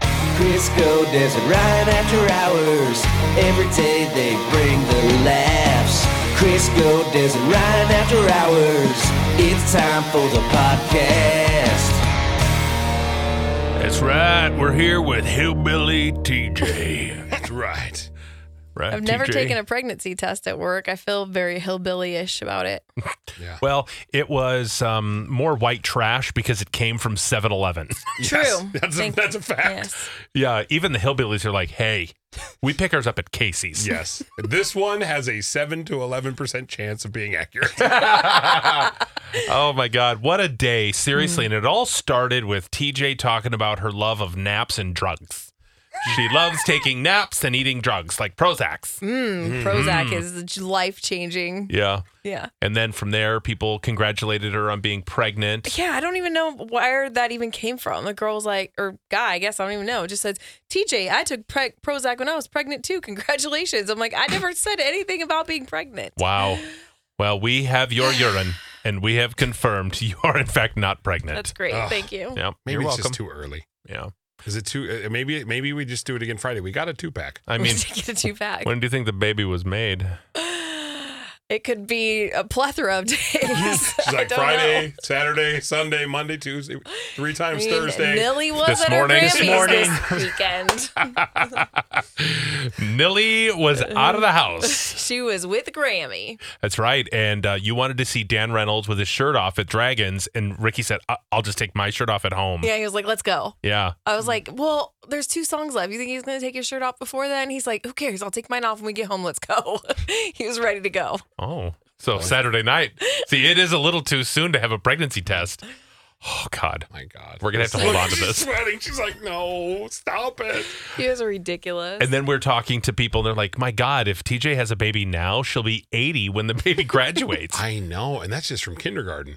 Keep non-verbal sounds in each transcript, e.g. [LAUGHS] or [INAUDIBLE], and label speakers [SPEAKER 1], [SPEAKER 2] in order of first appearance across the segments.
[SPEAKER 1] Crisco Desert Ryan after hours. Every day they bring the laughs. Crisco Desert Ryan after hours. It's time for the podcast.
[SPEAKER 2] That's right. We're here with Hillbilly TJ. [LAUGHS] That's right. Right.
[SPEAKER 3] I've never
[SPEAKER 2] TJ?
[SPEAKER 3] taken a pregnancy test at work. I feel very hillbilly-ish about it.
[SPEAKER 2] Well, it was um, more white trash because it came from 7 [LAUGHS] Eleven.
[SPEAKER 3] True.
[SPEAKER 2] That's, a,
[SPEAKER 3] Thank-
[SPEAKER 2] that's a fact.
[SPEAKER 3] yes.
[SPEAKER 2] Yeah. Even the hillbillies are like, hey, we pick ours up at Casey's.
[SPEAKER 4] [LAUGHS] Yes. this one has a 7 to 11% chance of being accurate.
[SPEAKER 2] [LAUGHS] Oh my God. What a day. Seriously.
[SPEAKER 3] Mm.
[SPEAKER 2] And it all started with TJ talking about her love of naps and drugs. She loves taking naps and eating drugs like Prozacs.
[SPEAKER 3] Mm. Prozac is life-changing.
[SPEAKER 2] Mm-hmm. Yeah.
[SPEAKER 3] Yeah.
[SPEAKER 2] And then from there, people congratulated her on being pregnant.
[SPEAKER 3] Yeah, I don't even know where that even came from. The girl's like, or guy, I guess I don't even know. Just says, TJ, I took pre- Prozac when I was pregnant too. Congratulations. I'm like, I never [LAUGHS] said anything about being pregnant.
[SPEAKER 2] Wow. Well, we have
[SPEAKER 3] [SIGHS]
[SPEAKER 2] your urine, and we have confirmed [LAUGHS] you are in fact not pregnant.
[SPEAKER 3] That's great.
[SPEAKER 4] Ugh.
[SPEAKER 3] Thank you.
[SPEAKER 2] Yeah,
[SPEAKER 4] Maybe
[SPEAKER 2] you're
[SPEAKER 4] it's
[SPEAKER 2] welcome.
[SPEAKER 4] just too early.
[SPEAKER 2] yeah.
[SPEAKER 4] Is it too uh, maybe maybe we just do it again Friday. We got a two pack.
[SPEAKER 3] [LAUGHS]
[SPEAKER 2] I mean,
[SPEAKER 3] to get a two pack.
[SPEAKER 2] when do you think the baby was
[SPEAKER 4] [LAUGHS]
[SPEAKER 2] made?
[SPEAKER 3] It could be a plethora of [LAUGHS] days. [LAUGHS]
[SPEAKER 4] She's like Friday, Saturday, Sunday, Monday, Tuesday, three times Thursday.
[SPEAKER 3] Millie was
[SPEAKER 2] This
[SPEAKER 3] at
[SPEAKER 2] morning.
[SPEAKER 3] her
[SPEAKER 2] This
[SPEAKER 3] Grammys this weekend.
[SPEAKER 2] Nilly was
[SPEAKER 3] Uh,
[SPEAKER 2] out of the house.
[SPEAKER 3] [LAUGHS] She was with Grammy.
[SPEAKER 2] That's right. And uh, you wanted to see Dan Reynolds with his shirt off at Dragons, and Ricky said, I- "I'll just take my shirt off at home."
[SPEAKER 3] Yeah, he was like, let's go.
[SPEAKER 2] Yeah.
[SPEAKER 3] I was like, well, there's two songs left. You think he's going to take his shirt off before then? He's like, who cares? I'll take mine off when we get home. Let's go. [LAUGHS] he was ready to go.
[SPEAKER 2] Oh, so Saturday
[SPEAKER 3] [LAUGHS]
[SPEAKER 2] night. See, it is a little too soon to have a pregnancy test. Oh God.
[SPEAKER 4] My God.
[SPEAKER 2] We're gonna have to hold
[SPEAKER 4] Look,
[SPEAKER 2] on to
[SPEAKER 4] she's
[SPEAKER 2] this.
[SPEAKER 4] Sweating. She's like, no, stop it.
[SPEAKER 3] You guys are ridiculous.
[SPEAKER 2] And then we're talking to people, and they're like, "My God, if TJ has a baby now, she'll be 80 when the
[SPEAKER 3] [LAUGHS]
[SPEAKER 2] baby graduates."
[SPEAKER 4] I know, and that's just from kindergarten.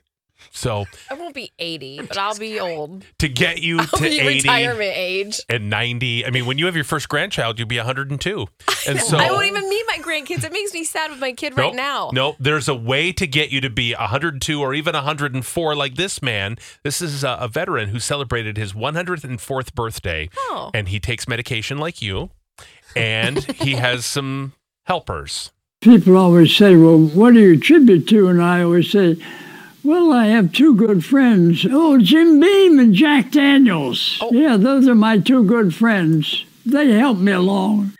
[SPEAKER 2] so
[SPEAKER 3] I won't be 80, but I'll be old.
[SPEAKER 2] to get you
[SPEAKER 3] [LAUGHS] I'll
[SPEAKER 2] to
[SPEAKER 3] be
[SPEAKER 2] 80
[SPEAKER 3] retirement age.
[SPEAKER 2] and 90. I mean, when you have your first grandchild, you'll be
[SPEAKER 3] [LAUGHS]
[SPEAKER 2] 102. And so
[SPEAKER 3] I won't even meet my grandkids. It makes me sad with my kid
[SPEAKER 2] Nope,
[SPEAKER 3] right now.
[SPEAKER 2] Nope. There's a way to get you to be 102 or even 104 like this man. This is a, a veteran who celebrated his 104th birthday
[SPEAKER 3] Oh.
[SPEAKER 2] and he takes medication like you and
[SPEAKER 3] [LAUGHS]
[SPEAKER 2] he has some helpers.
[SPEAKER 5] people always say, Well, what do you attribute to? And I always say, Well, I have two good friends. Oh, Jim Beam and Jack Daniels. Yeah, those are my two good friends. They help me along.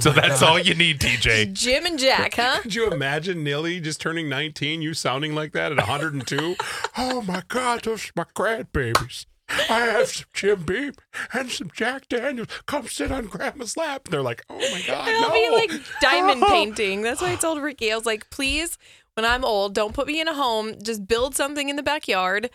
[SPEAKER 2] so that's all you need, TJ.
[SPEAKER 3] Jim and Jack, huh?
[SPEAKER 4] Could you imagine Nilly just turning 19, you sounding like that at 102? oh my God, those are my grandbabies. I have some Jim Beam and some Jack Daniels. Come sit on Grandma's lap. And they're like, oh my God,
[SPEAKER 3] It'll
[SPEAKER 4] no. Oh.
[SPEAKER 3] be like
[SPEAKER 4] [LAUGHS]
[SPEAKER 3] diamond painting. That's why I told Ricky. I was like, please, when I'm old, don't put me in a home. Just build something in the backyard.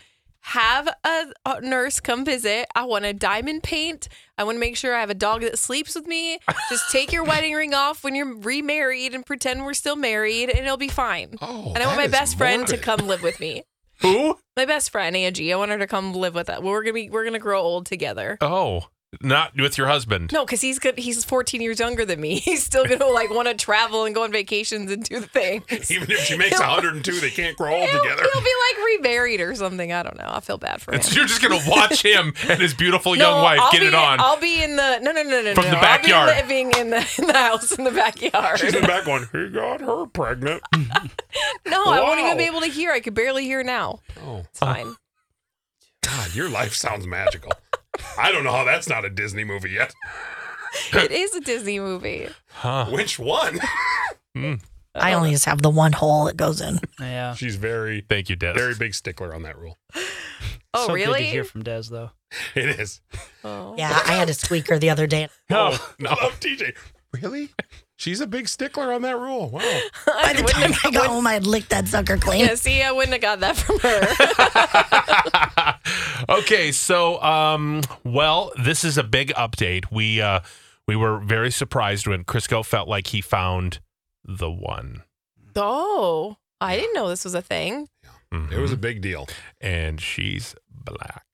[SPEAKER 3] Have a, a nurse come visit. I want to diamond paint. I want to make sure I have a dog that sleeps with me. Just take
[SPEAKER 4] [LAUGHS]
[SPEAKER 3] your wedding ring off when you're remarried and pretend we're still married, and it'll be fine.
[SPEAKER 4] Oh,
[SPEAKER 3] and I want
[SPEAKER 4] that
[SPEAKER 3] my
[SPEAKER 4] is
[SPEAKER 3] best friend to
[SPEAKER 4] morbid.
[SPEAKER 3] come live with me.
[SPEAKER 2] Who?
[SPEAKER 3] My best friend Angie. I want her to come live with us. Well, we're gonna be we're gonna grow old together.
[SPEAKER 2] Oh, not with your husband.
[SPEAKER 3] No, because he's good. He's 14 years younger than me. [LAUGHS] He's still gonna like want to travel and go on vacations and do the thing.
[SPEAKER 2] [LAUGHS]
[SPEAKER 4] Even if she makes 102, they can't grow old
[SPEAKER 3] He'll,
[SPEAKER 4] together.
[SPEAKER 3] he'll be like remarried or something. I don't know. I feel bad for him.
[SPEAKER 2] And [LAUGHS] so you're just going to watch him
[SPEAKER 3] [LAUGHS]
[SPEAKER 2] and his beautiful young
[SPEAKER 3] No,
[SPEAKER 2] wife
[SPEAKER 3] I'll
[SPEAKER 2] get
[SPEAKER 3] be,
[SPEAKER 2] it on.
[SPEAKER 3] I'll be in the no no no no
[SPEAKER 2] From
[SPEAKER 3] no.
[SPEAKER 2] the
[SPEAKER 3] I'll
[SPEAKER 2] backyard.
[SPEAKER 3] be living in the, [LAUGHS] in the house in the backyard.
[SPEAKER 4] [LAUGHS] She's in the back going, he got her pregnant.
[SPEAKER 3] no, I won't
[SPEAKER 4] Wow.
[SPEAKER 3] even be able to hear. I could barely hear now.
[SPEAKER 4] Oh,
[SPEAKER 2] [LAUGHS]
[SPEAKER 3] It's fine.
[SPEAKER 4] God, your life sounds magical. I don't know how that's not a Disney movie yet.
[SPEAKER 3] it is a Disney movie.
[SPEAKER 4] Which one?
[SPEAKER 6] I only just have the one hole that goes in.
[SPEAKER 7] Yeah.
[SPEAKER 4] She's very,
[SPEAKER 2] Thank you, Des.
[SPEAKER 4] very big stickler on that rule.
[SPEAKER 3] Oh
[SPEAKER 7] so Good to
[SPEAKER 3] really? [LAUGHS]
[SPEAKER 7] hear from Des though.
[SPEAKER 4] It is.
[SPEAKER 3] oh.
[SPEAKER 6] Yeah, I had a squeaker the other day.
[SPEAKER 2] No,
[SPEAKER 4] Oh, no. I love TJ. Really? She's a big stickler on that rule. Wow.
[SPEAKER 6] By the time [LAUGHS] I got home, I had licked that sucker clean.
[SPEAKER 3] Yeah, see, I wouldn't have got that from her.
[SPEAKER 2] [LAUGHS]
[SPEAKER 3] [LAUGHS]
[SPEAKER 7] [LAUGHS]
[SPEAKER 2] okay, so um well, this is a big update. We uh we were very surprised when Crisco felt like he found the one.
[SPEAKER 3] Oh, I didn't know this was a thing.
[SPEAKER 4] It was a big deal.
[SPEAKER 2] Mm-hmm. and she's black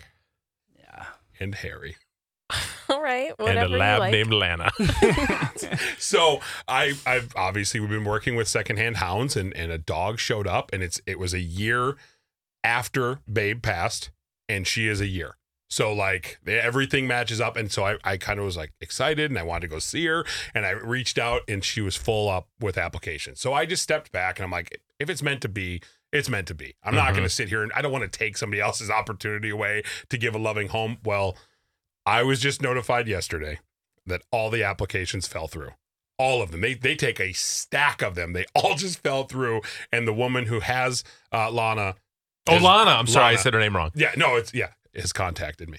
[SPEAKER 4] And Harry.
[SPEAKER 3] All right,
[SPEAKER 2] and
[SPEAKER 3] whatever
[SPEAKER 2] a
[SPEAKER 3] you
[SPEAKER 2] lab
[SPEAKER 3] like.
[SPEAKER 2] named
[SPEAKER 3] [LAUGHS]
[SPEAKER 2] Lana.
[SPEAKER 4] So I, I've obviously we've been working with secondhand hounds, and and a dog showed up, and it's it was a year after Babe passed, and she is a year. So like they- everything matches up, and so I, I kind of was like excited, and I wanted to go see her, and I reached out, and she was full up with applications. So I just stepped back, and I'm like, if it's meant to be, it's meant to be. I'm not
[SPEAKER 2] Mhm.
[SPEAKER 4] going to sit here, and I don't want to take somebody else's opportunity away to give a loving home. Well, I was just notified yesterday that all the applications fell through. All of them. They they take a stack of them. They all [LAUGHS] just fell through. And the woman who has uh, Lana,
[SPEAKER 2] oh,
[SPEAKER 4] has-
[SPEAKER 2] Lana. I'm sorry, I
[SPEAKER 4] Lana.
[SPEAKER 2] said her name wrong.
[SPEAKER 4] yeah, no, it's yeah, has contacted me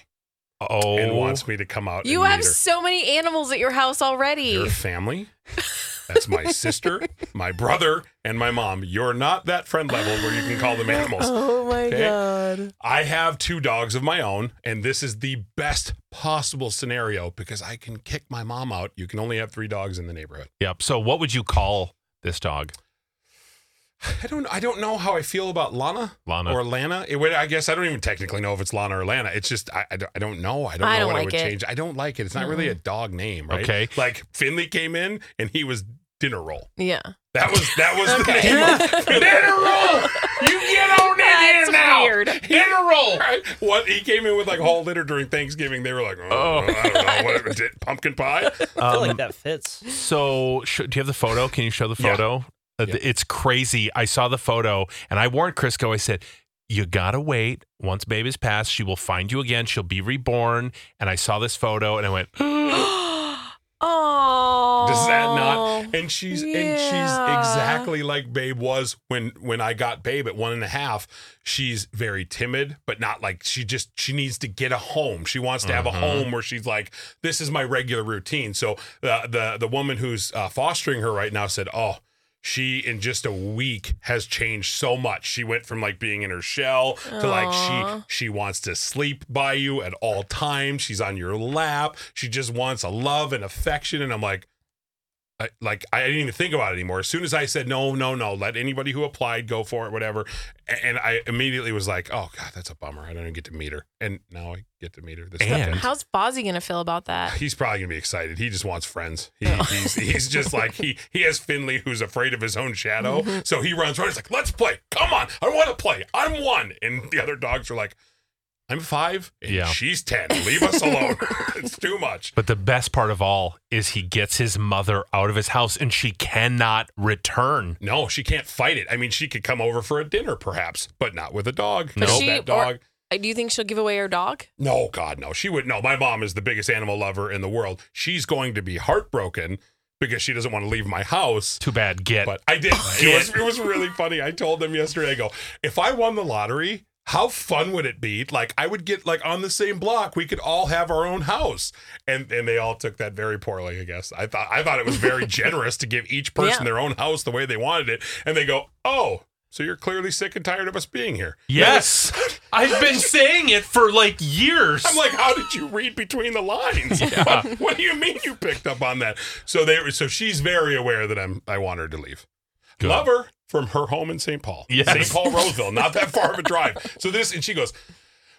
[SPEAKER 2] Oh,
[SPEAKER 4] and wants me to come out.
[SPEAKER 3] You
[SPEAKER 4] and
[SPEAKER 3] have
[SPEAKER 4] meet her.
[SPEAKER 3] so many animals at your house
[SPEAKER 4] your
[SPEAKER 3] already.
[SPEAKER 4] family.
[SPEAKER 3] [LAUGHS]
[SPEAKER 4] That's my sister, my brother, and my mom. You're not that friend level where you can call them animals.
[SPEAKER 3] [LAUGHS] Oh my
[SPEAKER 4] Okay.
[SPEAKER 3] god.
[SPEAKER 4] I have two dogs of my own, and this is the best possible scenario because I can kick my mom out. You can only have three dogs in the neighborhood.
[SPEAKER 2] yep. So, what would you call this dog?
[SPEAKER 4] I don't I don't know how I feel about Lana,
[SPEAKER 2] Lana.
[SPEAKER 4] or Lana. It would, I guess I don't even technically know if it's Lana or Lana. It's just I, I, don't, I don't know. I don't
[SPEAKER 3] I
[SPEAKER 4] know
[SPEAKER 3] don't
[SPEAKER 4] what I
[SPEAKER 3] like
[SPEAKER 4] would
[SPEAKER 3] it.
[SPEAKER 4] change. I don't like it. It's not really a dog name, right?
[SPEAKER 2] Okay.
[SPEAKER 4] Like Finley came in and he was dinner roll.
[SPEAKER 3] Yeah.
[SPEAKER 4] That was that was
[SPEAKER 3] Okay.
[SPEAKER 4] the name.
[SPEAKER 3] [LAUGHS]
[SPEAKER 4] of- dinner roll. You get on in here
[SPEAKER 3] That's [GASPS]
[SPEAKER 4] now. [GASPS]
[SPEAKER 3] weird.
[SPEAKER 4] Dinner roll. Right? What he came in with like a whole dinner during Thanksgiving. They were like, oh, I don't know, whatever. Did- Pumpkin pie.
[SPEAKER 7] I feel like that fits.
[SPEAKER 2] Um, So, sh- do you have the photo? Can you show the
[SPEAKER 4] Yeah.
[SPEAKER 2] photo? Uh, th- It's crazy. I saw the photo and I warned Crisco. I said, You gotta wait. Once baby's passed, she will find you again. She'll be reborn. And I saw this photo and I went,
[SPEAKER 3] Oh.
[SPEAKER 4] Does that not? And she's and she's
[SPEAKER 3] yeah.
[SPEAKER 4] exactly like Babe was when when I got Babe at one and a half. She's very timid, but not like she just she needs to get a home. She wants to have a home where she's like, this is my regular routine. So the the the woman who's uh, fostering her right now said, oh. She in just a week has changed so much. She went from like being in her shell to like she
[SPEAKER 3] Aw.
[SPEAKER 4] she wants to sleep by you at all times. She's on your lap. She just wants a love and affection. And I'm like, I, like I didn't even think about it anymore. As soon as I said no, no, no, let anybody who applied go for it, whatever. a- And I immediately was like, oh god, that's a bummer. I don't even get to meet her. And now I get to meet her. This
[SPEAKER 2] And-
[SPEAKER 4] weekend.
[SPEAKER 3] How's Fozzie gonna feel about that?
[SPEAKER 4] he's probably gonna be excited. He just wants friends. He,
[SPEAKER 2] Oh.
[SPEAKER 4] he's, he's just like he he has Finley who's afraid of his own shadow.
[SPEAKER 2] Mm-hmm.
[SPEAKER 4] So he runs around. He's like, let's play. Come on, I want to play. I'm one. And the other dogs are like, I'm five. And
[SPEAKER 2] Yeah.
[SPEAKER 4] she's ten. Leave us alone. [LAUGHS] it's too much.
[SPEAKER 2] But the best part of all is he gets his mother out of his house and she cannot return.
[SPEAKER 4] No, she can't fight it. I mean, she could come over for a dinner, perhaps, but not with a dog.
[SPEAKER 3] But
[SPEAKER 4] no,
[SPEAKER 3] she-
[SPEAKER 4] that dog.
[SPEAKER 3] Uh, Do you think she'll give away her dog?
[SPEAKER 4] no, God, no. She would. No, my mom is the biggest animal lover in the world. She's going to be heartbroken because she doesn't want to leave my house.
[SPEAKER 2] Too bad, get.
[SPEAKER 4] But I did. it, was, it was really funny. I told them yesterday, I go, if I won the lottery, how fun would it be? Like I would get like on the same block. We could all have our own house, and and they all took that very poorly. I guess I thought I thought it was very generous to give each person
[SPEAKER 3] Yeah.
[SPEAKER 4] their own house the way they wanted it, and they go, oh, so you're clearly sick and tired of us being here.
[SPEAKER 2] yes.
[SPEAKER 4] [LAUGHS]
[SPEAKER 2] I've been saying it for like years.
[SPEAKER 4] I'm like, how did you read between the
[SPEAKER 2] [LAUGHS]
[SPEAKER 4] lines? What, what do you mean you picked up on that? So they so she's very aware that I'm I want her to leave.
[SPEAKER 2] Good.
[SPEAKER 4] Love her from her home in St. Paul.
[SPEAKER 2] Yes.
[SPEAKER 4] St. Paul
[SPEAKER 2] [LAUGHS]
[SPEAKER 4] Roseville, not that far of a drive. So this and she goes,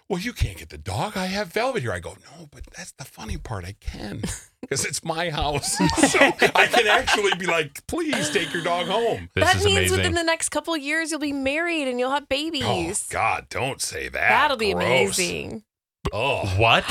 [SPEAKER 4] Well, you can't get the dog. I have Velvet here. I go, No, but that's the funny part. I can. Because it's my house. [LAUGHS] So I can actually be like, please take your dog home.
[SPEAKER 2] this
[SPEAKER 3] that
[SPEAKER 2] is
[SPEAKER 3] means
[SPEAKER 2] amazing.
[SPEAKER 3] within the next couple of years you'll be married and you'll have babies.
[SPEAKER 4] Oh God, don't say that.
[SPEAKER 3] That'll be
[SPEAKER 4] Gross.
[SPEAKER 3] amazing.
[SPEAKER 4] Oh. [GASPS]
[SPEAKER 2] what?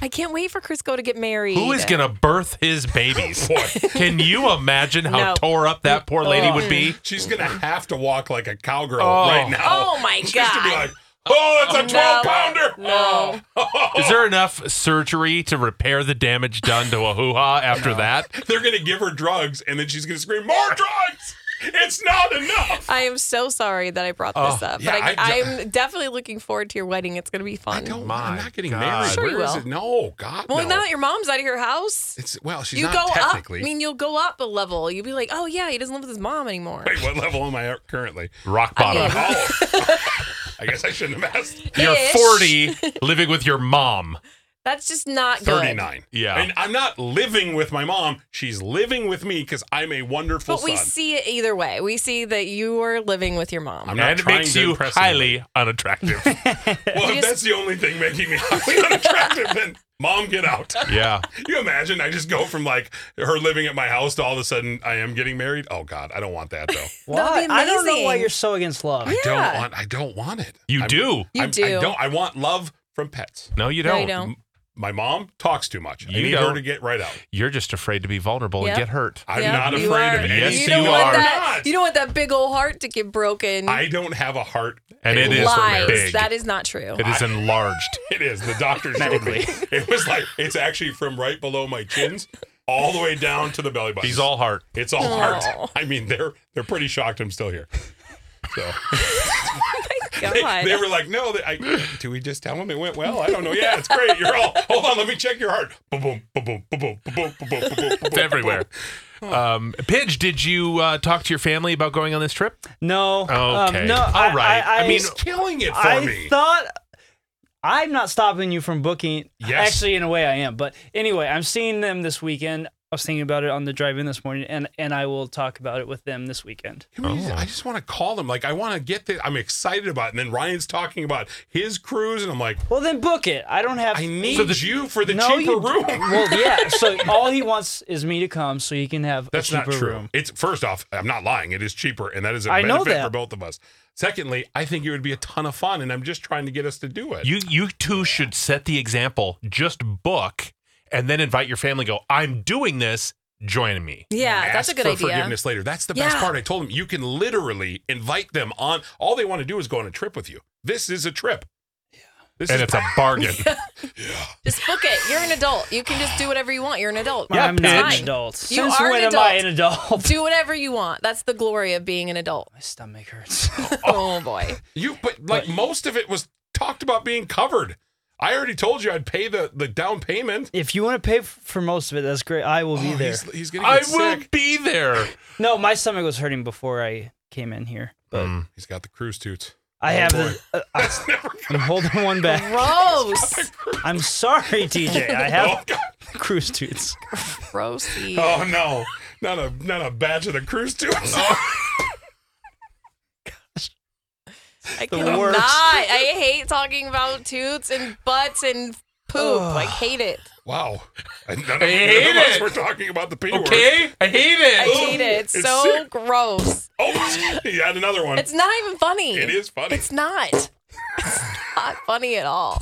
[SPEAKER 3] I can't wait for Crisco to get married.
[SPEAKER 2] Who is going to birth his
[SPEAKER 4] [LAUGHS]
[SPEAKER 2] babies?
[SPEAKER 4] Boy.
[SPEAKER 2] Can you imagine how
[SPEAKER 3] No.
[SPEAKER 2] tore up that poor lady would be?
[SPEAKER 4] She's gonna have to walk like a cowgirl
[SPEAKER 2] Oh.
[SPEAKER 4] right now.
[SPEAKER 3] Oh my
[SPEAKER 4] She's
[SPEAKER 3] god.
[SPEAKER 4] gonna be like, oh, it's a
[SPEAKER 3] No.
[SPEAKER 4] twelve pounder. Oh.
[SPEAKER 3] No. Oh.
[SPEAKER 2] Is there enough surgery to repair the damage done to a hoo ha after that?
[SPEAKER 4] They're gonna give her drugs, and then she's gonna scream, "More drugs! It's not enough."
[SPEAKER 3] I am so sorry that I brought this
[SPEAKER 2] Oh,
[SPEAKER 3] up,
[SPEAKER 4] yeah,
[SPEAKER 3] but
[SPEAKER 4] I
[SPEAKER 3] I,
[SPEAKER 4] ju-
[SPEAKER 3] am definitely looking forward to your wedding. It's going to be fun.
[SPEAKER 2] My God.
[SPEAKER 3] Sure you
[SPEAKER 4] Where is
[SPEAKER 3] will.
[SPEAKER 4] it? No, God,
[SPEAKER 3] well,
[SPEAKER 4] no.
[SPEAKER 3] now that your mom's out of your house,
[SPEAKER 4] it's well, she's
[SPEAKER 3] you
[SPEAKER 4] not
[SPEAKER 3] go up. I
[SPEAKER 4] technically.
[SPEAKER 3] mean, you'll go up a level. You'll be like, oh yeah, he doesn't live with his mom anymore.
[SPEAKER 4] Wait, what level am I at currently?
[SPEAKER 2] Rock bottom.
[SPEAKER 3] mean-
[SPEAKER 4] Oh,
[SPEAKER 3] [LAUGHS]
[SPEAKER 4] I guess I shouldn't have asked.
[SPEAKER 2] You're
[SPEAKER 3] Ish.
[SPEAKER 2] 40 living with your mom.
[SPEAKER 3] That's just not good.
[SPEAKER 4] 39.
[SPEAKER 2] Yeah.
[SPEAKER 4] And I'm not living with my mom. She's living with me because I'm a wonderful
[SPEAKER 3] But we
[SPEAKER 4] son.
[SPEAKER 3] see it either way. We see that you are living with your mom.
[SPEAKER 4] I'm not
[SPEAKER 2] And it
[SPEAKER 4] trying
[SPEAKER 2] makes
[SPEAKER 4] to
[SPEAKER 2] you
[SPEAKER 4] impress
[SPEAKER 2] highly
[SPEAKER 4] anybody. [LAUGHS]
[SPEAKER 2] unattractive.
[SPEAKER 4] Well, if
[SPEAKER 3] just-
[SPEAKER 4] that's the only thing making me [LAUGHS] highly unattractive, then mom, get out. [LAUGHS]
[SPEAKER 2] yeah.
[SPEAKER 4] You imagine I just go from like her living at my house to all of a sudden I am getting married. Oh God, I don't want that though.
[SPEAKER 3] That would be
[SPEAKER 7] I don't know why
[SPEAKER 3] amazing.
[SPEAKER 7] you're so against love.
[SPEAKER 4] I
[SPEAKER 3] [LAUGHS]
[SPEAKER 4] don't
[SPEAKER 3] Yeah.
[SPEAKER 4] want. I don't want it.
[SPEAKER 2] You
[SPEAKER 4] I'm-
[SPEAKER 2] do.
[SPEAKER 3] You
[SPEAKER 4] I'm-
[SPEAKER 3] do.
[SPEAKER 4] I don't. I want love from pets.
[SPEAKER 2] No, you don't.
[SPEAKER 3] No, you don't.
[SPEAKER 4] My mom talks too much. I
[SPEAKER 2] You
[SPEAKER 4] need her
[SPEAKER 2] don't.
[SPEAKER 4] to get right out.
[SPEAKER 2] are just afraid to be vulnerable
[SPEAKER 3] Yep.
[SPEAKER 2] and get hurt.
[SPEAKER 4] I'm
[SPEAKER 3] Yeah,
[SPEAKER 4] not
[SPEAKER 3] you
[SPEAKER 4] afraid
[SPEAKER 3] are.
[SPEAKER 4] of anything.
[SPEAKER 2] Yes,
[SPEAKER 3] you don't
[SPEAKER 2] you
[SPEAKER 3] want
[SPEAKER 2] are.
[SPEAKER 3] that.
[SPEAKER 4] Not.
[SPEAKER 3] You don't want that big old heart to get broken.
[SPEAKER 4] I don't have a heart.
[SPEAKER 2] And it
[SPEAKER 4] capable
[SPEAKER 2] is
[SPEAKER 4] of
[SPEAKER 3] Lies.
[SPEAKER 2] big.
[SPEAKER 3] That is not true.
[SPEAKER 2] It is enlarged.
[SPEAKER 4] It is. The doctor showed me. It was like it's actually from right below my chins all the way down to the belly button.
[SPEAKER 2] He's all heart.
[SPEAKER 4] It's all heart. [LAUGHS] I mean, they're they're pretty shocked I'm still here. So they,
[SPEAKER 3] God.
[SPEAKER 4] they were like, "No, they, I, do we just tell them it went well? I don't know. Yeah, it's great. You're all. Hold on, let me check your heart. Boom, boom, boom, boom, boom, boom, boom, boom, boom, boom, boom, boom, boom.
[SPEAKER 2] It's
[SPEAKER 4] [LAUGHS]
[SPEAKER 2] everywhere. Um, Pidge, did you uh, talk to your family about going on this trip?
[SPEAKER 7] No.
[SPEAKER 2] Okay.
[SPEAKER 7] Um, no.
[SPEAKER 2] All
[SPEAKER 7] I,
[SPEAKER 2] right.
[SPEAKER 7] I,
[SPEAKER 2] I mean,
[SPEAKER 4] He's killing it for
[SPEAKER 7] I
[SPEAKER 4] me.
[SPEAKER 7] thought I'm not stopping you from booking.
[SPEAKER 4] Yes.
[SPEAKER 7] Actually, in a way, I am. But anyway, I'm seeing them this weekend. I was thinking about it on the drive in this morning, and and I will talk about it with them this weekend.
[SPEAKER 4] I,
[SPEAKER 2] Oh.
[SPEAKER 4] mean, I just want to call them. Like I want to get the. I'm excited about. It. And then Ryan's talking about his cruise, and I'm like,
[SPEAKER 7] Well, then book it. I don't have.
[SPEAKER 4] I need
[SPEAKER 7] So
[SPEAKER 4] you for the
[SPEAKER 7] no,
[SPEAKER 4] cheaper [LAUGHS]
[SPEAKER 7] you,
[SPEAKER 4] room.
[SPEAKER 7] [LAUGHS] Well, yeah. So all he wants is me to come, so he can have
[SPEAKER 4] That's
[SPEAKER 7] a cheaper
[SPEAKER 4] not true.
[SPEAKER 7] room.
[SPEAKER 4] It's first off, I'm not lying. It is cheaper, and that is a
[SPEAKER 7] I know
[SPEAKER 4] benefit
[SPEAKER 7] that.
[SPEAKER 4] for both of us. Secondly, I think it would be a ton of fun, and I'm just trying to get us to do it.
[SPEAKER 2] You you two should set the example. Just book and then invite your family. Go, I'm doing this. Join me.
[SPEAKER 3] yeah,
[SPEAKER 4] Ask
[SPEAKER 3] that's a good
[SPEAKER 4] for
[SPEAKER 3] idea.
[SPEAKER 4] Forgiveness later. That's the best
[SPEAKER 3] Yeah.
[SPEAKER 4] part. I told them you can literally invite them on. All they want to do is go on a trip with you. This is a trip. Yeah. This
[SPEAKER 2] And
[SPEAKER 4] is
[SPEAKER 2] it's a bargain.
[SPEAKER 3] Just book it. You're an adult. You can just do whatever you want. You're an adult.
[SPEAKER 7] I'm not
[SPEAKER 3] It's
[SPEAKER 7] an
[SPEAKER 3] fine.
[SPEAKER 7] adult.
[SPEAKER 3] You
[SPEAKER 7] Since
[SPEAKER 3] are an
[SPEAKER 7] when am I
[SPEAKER 3] adult.
[SPEAKER 7] an adult?
[SPEAKER 3] Do whatever you want. That's the glory of being an adult.
[SPEAKER 7] [LAUGHS] My stomach
[SPEAKER 3] [LAUGHS]
[SPEAKER 7] hurts.
[SPEAKER 3] Oh boy.
[SPEAKER 4] you. But like most of it was talked about being covered. I already told you I'd pay the the down payment.
[SPEAKER 7] if you want to pay f- for most of it, that's great. I will be
[SPEAKER 4] Oh,
[SPEAKER 7] there.
[SPEAKER 4] He's, he's gonna
[SPEAKER 2] I
[SPEAKER 4] get
[SPEAKER 2] will
[SPEAKER 4] sick.
[SPEAKER 2] be there.
[SPEAKER 7] No, my stomach was hurting before I came in here, but
[SPEAKER 4] He's got the cruise toots.
[SPEAKER 7] I have. The,
[SPEAKER 4] [LAUGHS]
[SPEAKER 7] uh, I, am holding one back.
[SPEAKER 3] Gross.
[SPEAKER 7] I'm
[SPEAKER 4] [LAUGHS]
[SPEAKER 7] sorry, TJ. I
[SPEAKER 4] Oh
[SPEAKER 7] have
[SPEAKER 4] God.
[SPEAKER 7] cruise toots.
[SPEAKER 3] Grossy.
[SPEAKER 4] Oh no, not a not a batch of the cruise tools.
[SPEAKER 2] Oh.
[SPEAKER 3] I
[SPEAKER 7] the
[SPEAKER 3] cannot.
[SPEAKER 7] worst.
[SPEAKER 3] I hate talking about toots and butts and poop. I hate it.
[SPEAKER 4] [LAUGHS] wow, And none of,
[SPEAKER 2] hate
[SPEAKER 4] none of us
[SPEAKER 2] it.
[SPEAKER 4] were talking about the P word.
[SPEAKER 2] Okay, I hate it.
[SPEAKER 3] I hate it. It's,
[SPEAKER 4] it's
[SPEAKER 3] so
[SPEAKER 4] sick.
[SPEAKER 3] gross.
[SPEAKER 4] Oh, [LAUGHS] he had another one.
[SPEAKER 3] It's not even funny.
[SPEAKER 4] it is funny.
[SPEAKER 3] It's not. [LAUGHS] It's not funny at all.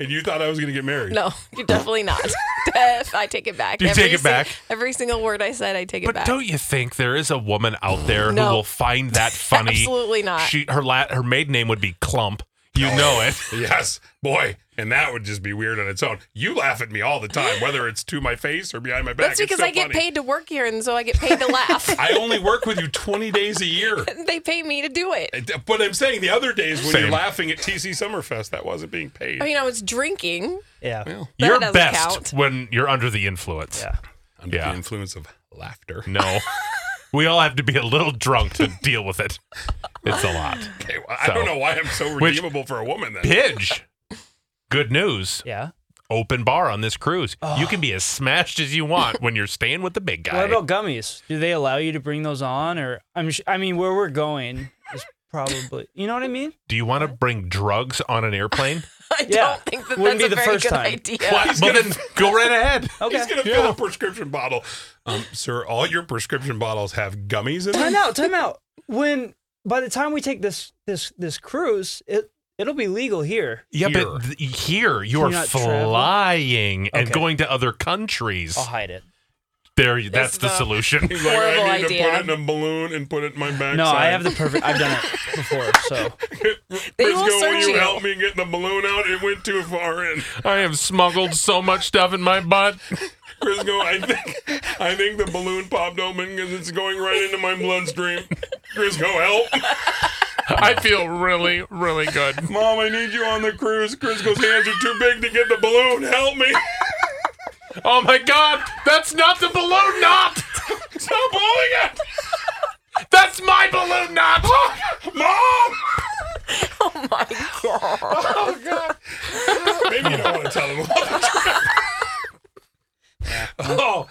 [SPEAKER 4] and you thought I was gonna get married.
[SPEAKER 3] No, you're definitely not. Def- I take it back.
[SPEAKER 2] You take it
[SPEAKER 3] sing-
[SPEAKER 2] back?
[SPEAKER 3] Every single word I said, I take it
[SPEAKER 2] But
[SPEAKER 3] back.
[SPEAKER 2] don't you think there is a woman out there
[SPEAKER 3] No.
[SPEAKER 2] who will find that funny?
[SPEAKER 3] [LAUGHS] Absolutely not.
[SPEAKER 2] She her la- her maiden name would be Clump. You know
[SPEAKER 3] [LAUGHS]
[SPEAKER 2] it.
[SPEAKER 4] Yes, boy, and that would just be weird on its own. You laugh at me all
[SPEAKER 3] [LAUGHS]
[SPEAKER 4] the time, whether it's to my face or behind my back.
[SPEAKER 3] That's
[SPEAKER 4] It's
[SPEAKER 3] because
[SPEAKER 4] so
[SPEAKER 3] I get
[SPEAKER 4] funny.
[SPEAKER 3] paid to work here, and so I get paid to laugh.
[SPEAKER 4] I only work with you 20 days
[SPEAKER 3] [LAUGHS]
[SPEAKER 4] a year.
[SPEAKER 3] they pay me to do it.
[SPEAKER 4] But I'm saying the other days when
[SPEAKER 2] Same.
[SPEAKER 4] you're laughing at TC Summerfest, that wasn't being paid.
[SPEAKER 3] I mean, I was drinking.
[SPEAKER 7] Yeah.
[SPEAKER 3] That
[SPEAKER 2] you're
[SPEAKER 3] doesn't
[SPEAKER 2] best
[SPEAKER 3] count. [LAUGHS]
[SPEAKER 2] when you're under the influence.
[SPEAKER 7] Yeah.
[SPEAKER 4] Under
[SPEAKER 2] Yeah.
[SPEAKER 4] the influence of laughter.
[SPEAKER 2] No. we all have to be a little drunk to deal with it. It's a lot.
[SPEAKER 4] [LAUGHS] Okay, well, I don't
[SPEAKER 2] So-
[SPEAKER 4] know why I'm so
[SPEAKER 2] Which-
[SPEAKER 4] redeemable for a woman then.
[SPEAKER 2] Pidge. Good news.
[SPEAKER 7] Yeah.
[SPEAKER 2] Open bar on this cruise. You can be as smashed as you want when you're staying with the big guy.
[SPEAKER 7] What about gummies? Do they allow you to bring those on, or I'm? Sh- I mean, where we're going is probably. You know what I mean?
[SPEAKER 2] Do you want to bring drugs on an airplane?
[SPEAKER 3] I
[SPEAKER 7] Yeah.
[SPEAKER 3] don't think that
[SPEAKER 7] Wouldn't
[SPEAKER 3] that's
[SPEAKER 7] be
[SPEAKER 3] a
[SPEAKER 7] the
[SPEAKER 3] very
[SPEAKER 7] first
[SPEAKER 3] good
[SPEAKER 7] time.
[SPEAKER 3] idea.
[SPEAKER 2] well, [LAUGHS] then go right ahead.
[SPEAKER 7] Okay.
[SPEAKER 4] He's gonna fill a prescription bottle. Um, sir, all your prescription bottles have gummies in them.
[SPEAKER 7] [LAUGHS] Time out. Time out. When by the time we take this this this cruise, it it'll be legal here.
[SPEAKER 2] Yeah,
[SPEAKER 4] Here.
[SPEAKER 2] but th- here you're
[SPEAKER 7] you not travel?
[SPEAKER 2] flying and
[SPEAKER 7] Okay. Oh,
[SPEAKER 2] going to other countries.
[SPEAKER 7] I'll hide it.
[SPEAKER 2] There, that's the
[SPEAKER 3] the-
[SPEAKER 4] [LAUGHS]
[SPEAKER 2] solution.
[SPEAKER 4] He's like, I need
[SPEAKER 3] Horrible
[SPEAKER 4] to
[SPEAKER 3] idea.
[SPEAKER 4] put it in a balloon and put it in my backside.
[SPEAKER 7] No, I have the perfect. I've done it before,
[SPEAKER 3] [LAUGHS]
[SPEAKER 7] so
[SPEAKER 3] They
[SPEAKER 4] Frisco,
[SPEAKER 3] will
[SPEAKER 4] will
[SPEAKER 3] search
[SPEAKER 4] you
[SPEAKER 3] you.
[SPEAKER 4] help me get the balloon out? It went too far in.
[SPEAKER 2] I have smuggled so much stuff in my butt.
[SPEAKER 4] Frisco, I think I think the balloon popped open because it's going right into my bloodstream. Frisco, help!
[SPEAKER 2] I feel really, really good.
[SPEAKER 4] Mom, I need you on the cruise. Frisco's hands are too big to get the balloon. Help me!
[SPEAKER 2] Oh my god, that's not the balloon knot!
[SPEAKER 4] Stop pulling it,
[SPEAKER 2] That's my balloon knot!
[SPEAKER 4] Mom!
[SPEAKER 3] Oh my god.
[SPEAKER 4] Oh God! Maybe you don't want to tell them about the
[SPEAKER 2] Oh,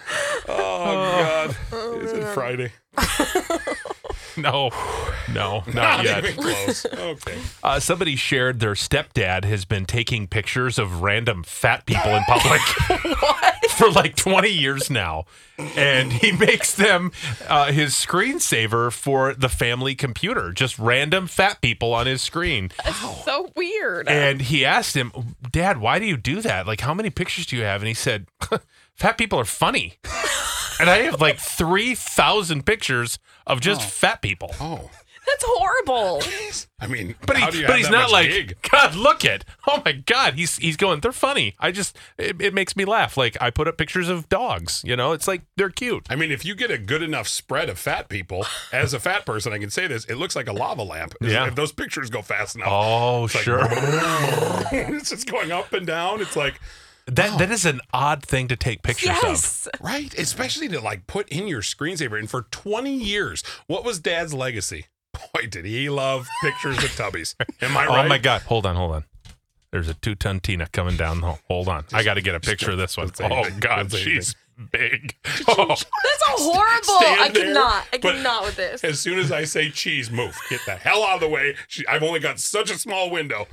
[SPEAKER 4] God. Is it Friday?
[SPEAKER 2] no, no, not
[SPEAKER 4] Not
[SPEAKER 2] yet.
[SPEAKER 4] even close. Okay.
[SPEAKER 2] Uh, somebody shared their stepdad has been taking pictures of random fat people in public [LAUGHS] for like 20 years now. And he [LAUGHS] makes them uh, his screensaver for the family computer, just random fat people on his screen.
[SPEAKER 3] so weird.
[SPEAKER 2] And he asked him, Dad, why do you do that? Like, how many pictures do you have? And he said, [LAUGHS] Fat people are funny. [LAUGHS] and I have like 3,000 pictures of just fat people.
[SPEAKER 4] Oh.
[SPEAKER 3] That's horrible.
[SPEAKER 4] I mean,
[SPEAKER 2] But,
[SPEAKER 4] how do
[SPEAKER 2] he,
[SPEAKER 4] you
[SPEAKER 2] but
[SPEAKER 4] have
[SPEAKER 2] he's
[SPEAKER 4] that
[SPEAKER 2] not
[SPEAKER 4] much
[SPEAKER 2] like,
[SPEAKER 4] gig?
[SPEAKER 2] God, look at. Oh my God. He's he's going, they're funny. I just, it, it makes me laugh. Like, I put up pictures of dogs, you know, it's like they're cute.
[SPEAKER 4] I mean, if you get a good enough spread of fat people, as a fat person, I can say this: it looks like a lava lamp. Is-
[SPEAKER 2] Yeah.
[SPEAKER 4] If those pictures go fast enough,
[SPEAKER 2] Oh,
[SPEAKER 4] It's
[SPEAKER 2] [LAUGHS]
[SPEAKER 4] like-
[SPEAKER 2] sure.
[SPEAKER 4] [LAUGHS] it's just going up and down. It's like
[SPEAKER 2] that
[SPEAKER 4] Oh.
[SPEAKER 2] That is an odd thing to take pictures of.
[SPEAKER 3] Yes.
[SPEAKER 4] right, especially to like put in your screensaver. And for 20 years, what was Dad's legacy? Boy, did he love pictures of tubbies. Am I
[SPEAKER 2] [LAUGHS]
[SPEAKER 4] right?
[SPEAKER 2] Oh my God. Hold on, hold on. There's a two ton Tina coming down. the hall. Hold on. I got to get a picture of this one.
[SPEAKER 4] don't say
[SPEAKER 2] Oh,
[SPEAKER 4] anything.
[SPEAKER 2] God.
[SPEAKER 4] Don't say
[SPEAKER 2] She's
[SPEAKER 4] [LAUGHS]
[SPEAKER 2] big. Oh,
[SPEAKER 3] That's a horrible.
[SPEAKER 4] Stand
[SPEAKER 3] I
[SPEAKER 4] there,
[SPEAKER 3] cannot. I
[SPEAKER 4] but-
[SPEAKER 3] cannot with
[SPEAKER 4] [LAUGHS]
[SPEAKER 3] this.
[SPEAKER 4] As soon as I say cheese, move. Get the hell out of the way. She, I've only got such a small window.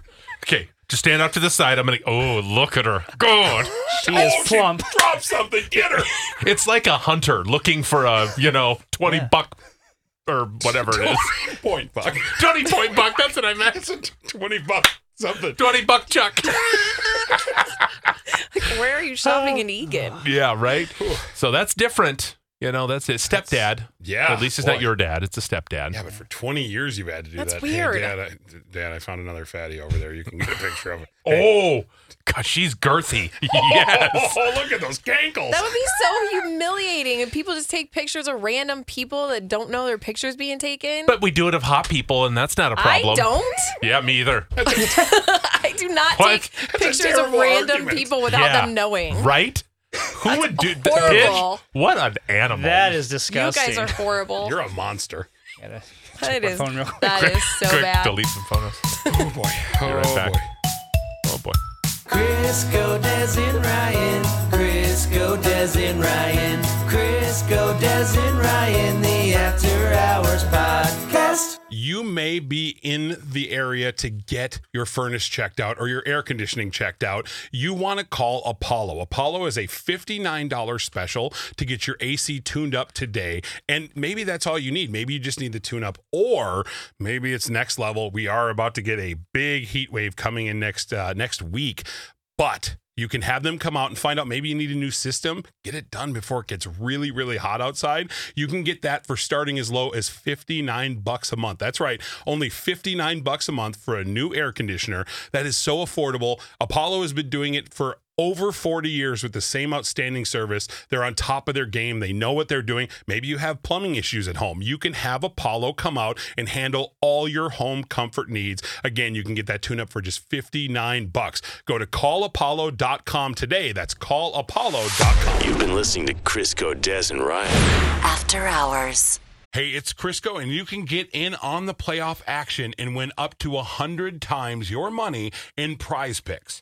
[SPEAKER 2] okay. Just stand out to the side. I'm going to. Oh, look at her.
[SPEAKER 4] [LAUGHS]
[SPEAKER 2] God.
[SPEAKER 7] She is
[SPEAKER 4] Oh,
[SPEAKER 7] plump.
[SPEAKER 4] She dropped something. Get her.
[SPEAKER 2] It's like a hunter looking for a, you know, 20
[SPEAKER 7] Yeah.
[SPEAKER 2] buck or whatever it
[SPEAKER 4] [LAUGHS]
[SPEAKER 2] is.
[SPEAKER 4] [LAUGHS] Point buck.
[SPEAKER 2] 20 point buck. That's what I
[SPEAKER 4] It's
[SPEAKER 2] meant.
[SPEAKER 4] a 20 buck something.
[SPEAKER 2] 20 buck
[SPEAKER 4] [LAUGHS]
[SPEAKER 2] chuck.
[SPEAKER 3] Where are you shopping in Egan?
[SPEAKER 2] yeah, right? So that's different. You know, that's his stepdad.
[SPEAKER 4] yeah,
[SPEAKER 2] At least it's not
[SPEAKER 4] boy.
[SPEAKER 2] your dad. It's a stepdad.
[SPEAKER 4] Yeah, but for 20 years you've had to do
[SPEAKER 3] That's
[SPEAKER 4] that.
[SPEAKER 3] weird.
[SPEAKER 4] Hey, Dad, I, Dad, I found another fatty over there. You can get a picture [LAUGHS] of it. Hey.
[SPEAKER 2] Oh, God, she's
[SPEAKER 4] [LAUGHS]
[SPEAKER 2] girthy. yes.
[SPEAKER 4] Oh, [LAUGHS] look at those cankles.
[SPEAKER 3] That would be so humiliating if people just take pictures of random people that don't know their pictures being taken.
[SPEAKER 2] But we do it of hot people, and that's not a problem.
[SPEAKER 3] I don't. [LAUGHS]
[SPEAKER 2] Yeah, me either.
[SPEAKER 3] I do not
[SPEAKER 2] What?
[SPEAKER 3] take
[SPEAKER 4] a
[SPEAKER 3] pictures of
[SPEAKER 4] terrible
[SPEAKER 3] random
[SPEAKER 4] argument.
[SPEAKER 3] people without
[SPEAKER 2] Yeah.
[SPEAKER 3] them knowing.
[SPEAKER 2] Right? Who would do
[SPEAKER 3] horrible.
[SPEAKER 2] that? What an animal.
[SPEAKER 7] That is
[SPEAKER 3] You
[SPEAKER 7] disgusting.
[SPEAKER 3] guys are horrible.
[SPEAKER 4] You're a monster.
[SPEAKER 7] Gotta
[SPEAKER 3] That
[SPEAKER 7] check my
[SPEAKER 3] is-
[SPEAKER 7] phone real quick.
[SPEAKER 3] that is so
[SPEAKER 2] Quick,
[SPEAKER 3] bad.
[SPEAKER 2] delete some photos.
[SPEAKER 4] Oh, boy. Oh,
[SPEAKER 2] right back.
[SPEAKER 4] boy.
[SPEAKER 2] Oh, boy.
[SPEAKER 1] Crisco Des and Ryan. Crisco Des and Ryan. Crisco Des and Ryan. The After Hours Podcast.
[SPEAKER 4] You may be in the area to get your furnace checked out or your air conditioning checked out. You want to call Apollo. Apollo is a $59 special to get your AC tuned up today. And maybe that's all you need. Maybe you just need the tune up, or maybe it's next level. We are about to get a big heat wave coming in next uh, next week. But you can have them come out and find out maybe you need a new system. Get it done before it gets really, really hot outside. You can get that for starting as low as 59 bucks a month. That's right. Only 59 bucks a month for a new air conditioner. That is so affordable. Apollo has been doing it for over 40 years with the same outstanding service. They're on top of their game. They know what they're doing. Maybe you have plumbing issues at home. You can have Apollo come out and handle all your home comfort needs. Again, you can get that tune up for just 59 bucks. Go to callapollo.com today. That's callapollo.com.
[SPEAKER 8] You've been listening to Crisco, Des, and Ryan.
[SPEAKER 9] After Hours.
[SPEAKER 4] Hey, it's Crisco, and you can get in on the playoff action and win up to 100 times your money in prize picks.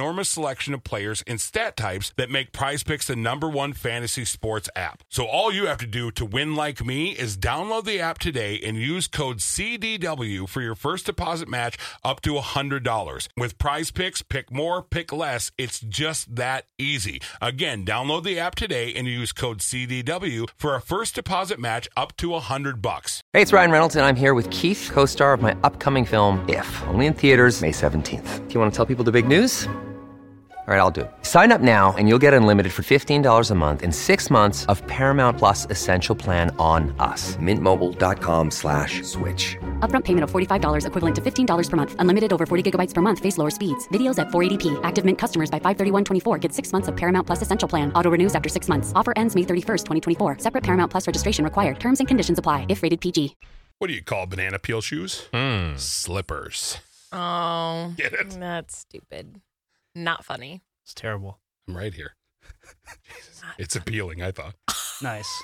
[SPEAKER 4] enormous selection of players and stat types that make prize picks the number one fantasy sports app. So all you have to do to win like me is download the app today and use code CDW for your first deposit match up to $100. With prize picks, pick more, pick less. It's just that easy. Again, download the app today and use code CDW for a first deposit match up to 100 bucks.
[SPEAKER 10] Hey, it's Ryan Reynolds, and I'm here with Keith, co star of my upcoming film, If, only in theaters, May 17th. Do you want to tell people the big news? All
[SPEAKER 1] All right, I'll do it. Sign up now and you'll get unlimited for $15 a month and six months of Paramount Plus Essential Plan on us. Mintmobile.com slash switch.
[SPEAKER 11] Upfront payment of $45 equivalent to $15 per month. Unlimited over 40 gigabytes per month. Face lower speeds. Videos at 480p. Active Mint customers by 531.24 get six months of Paramount Plus Essential Plan. Auto renews after six months. Offer ends May 31st, 2024. Separate Paramount Plus registration required. Terms and conditions apply if rated PG.
[SPEAKER 4] What do you call banana peel shoes? Slippers.
[SPEAKER 3] Oh,
[SPEAKER 4] Get it?
[SPEAKER 3] that's stupid. Not funny.
[SPEAKER 7] It's terrible.
[SPEAKER 4] [LAUGHS] I'm right here. it's appealing, I thought.
[SPEAKER 7] Nice.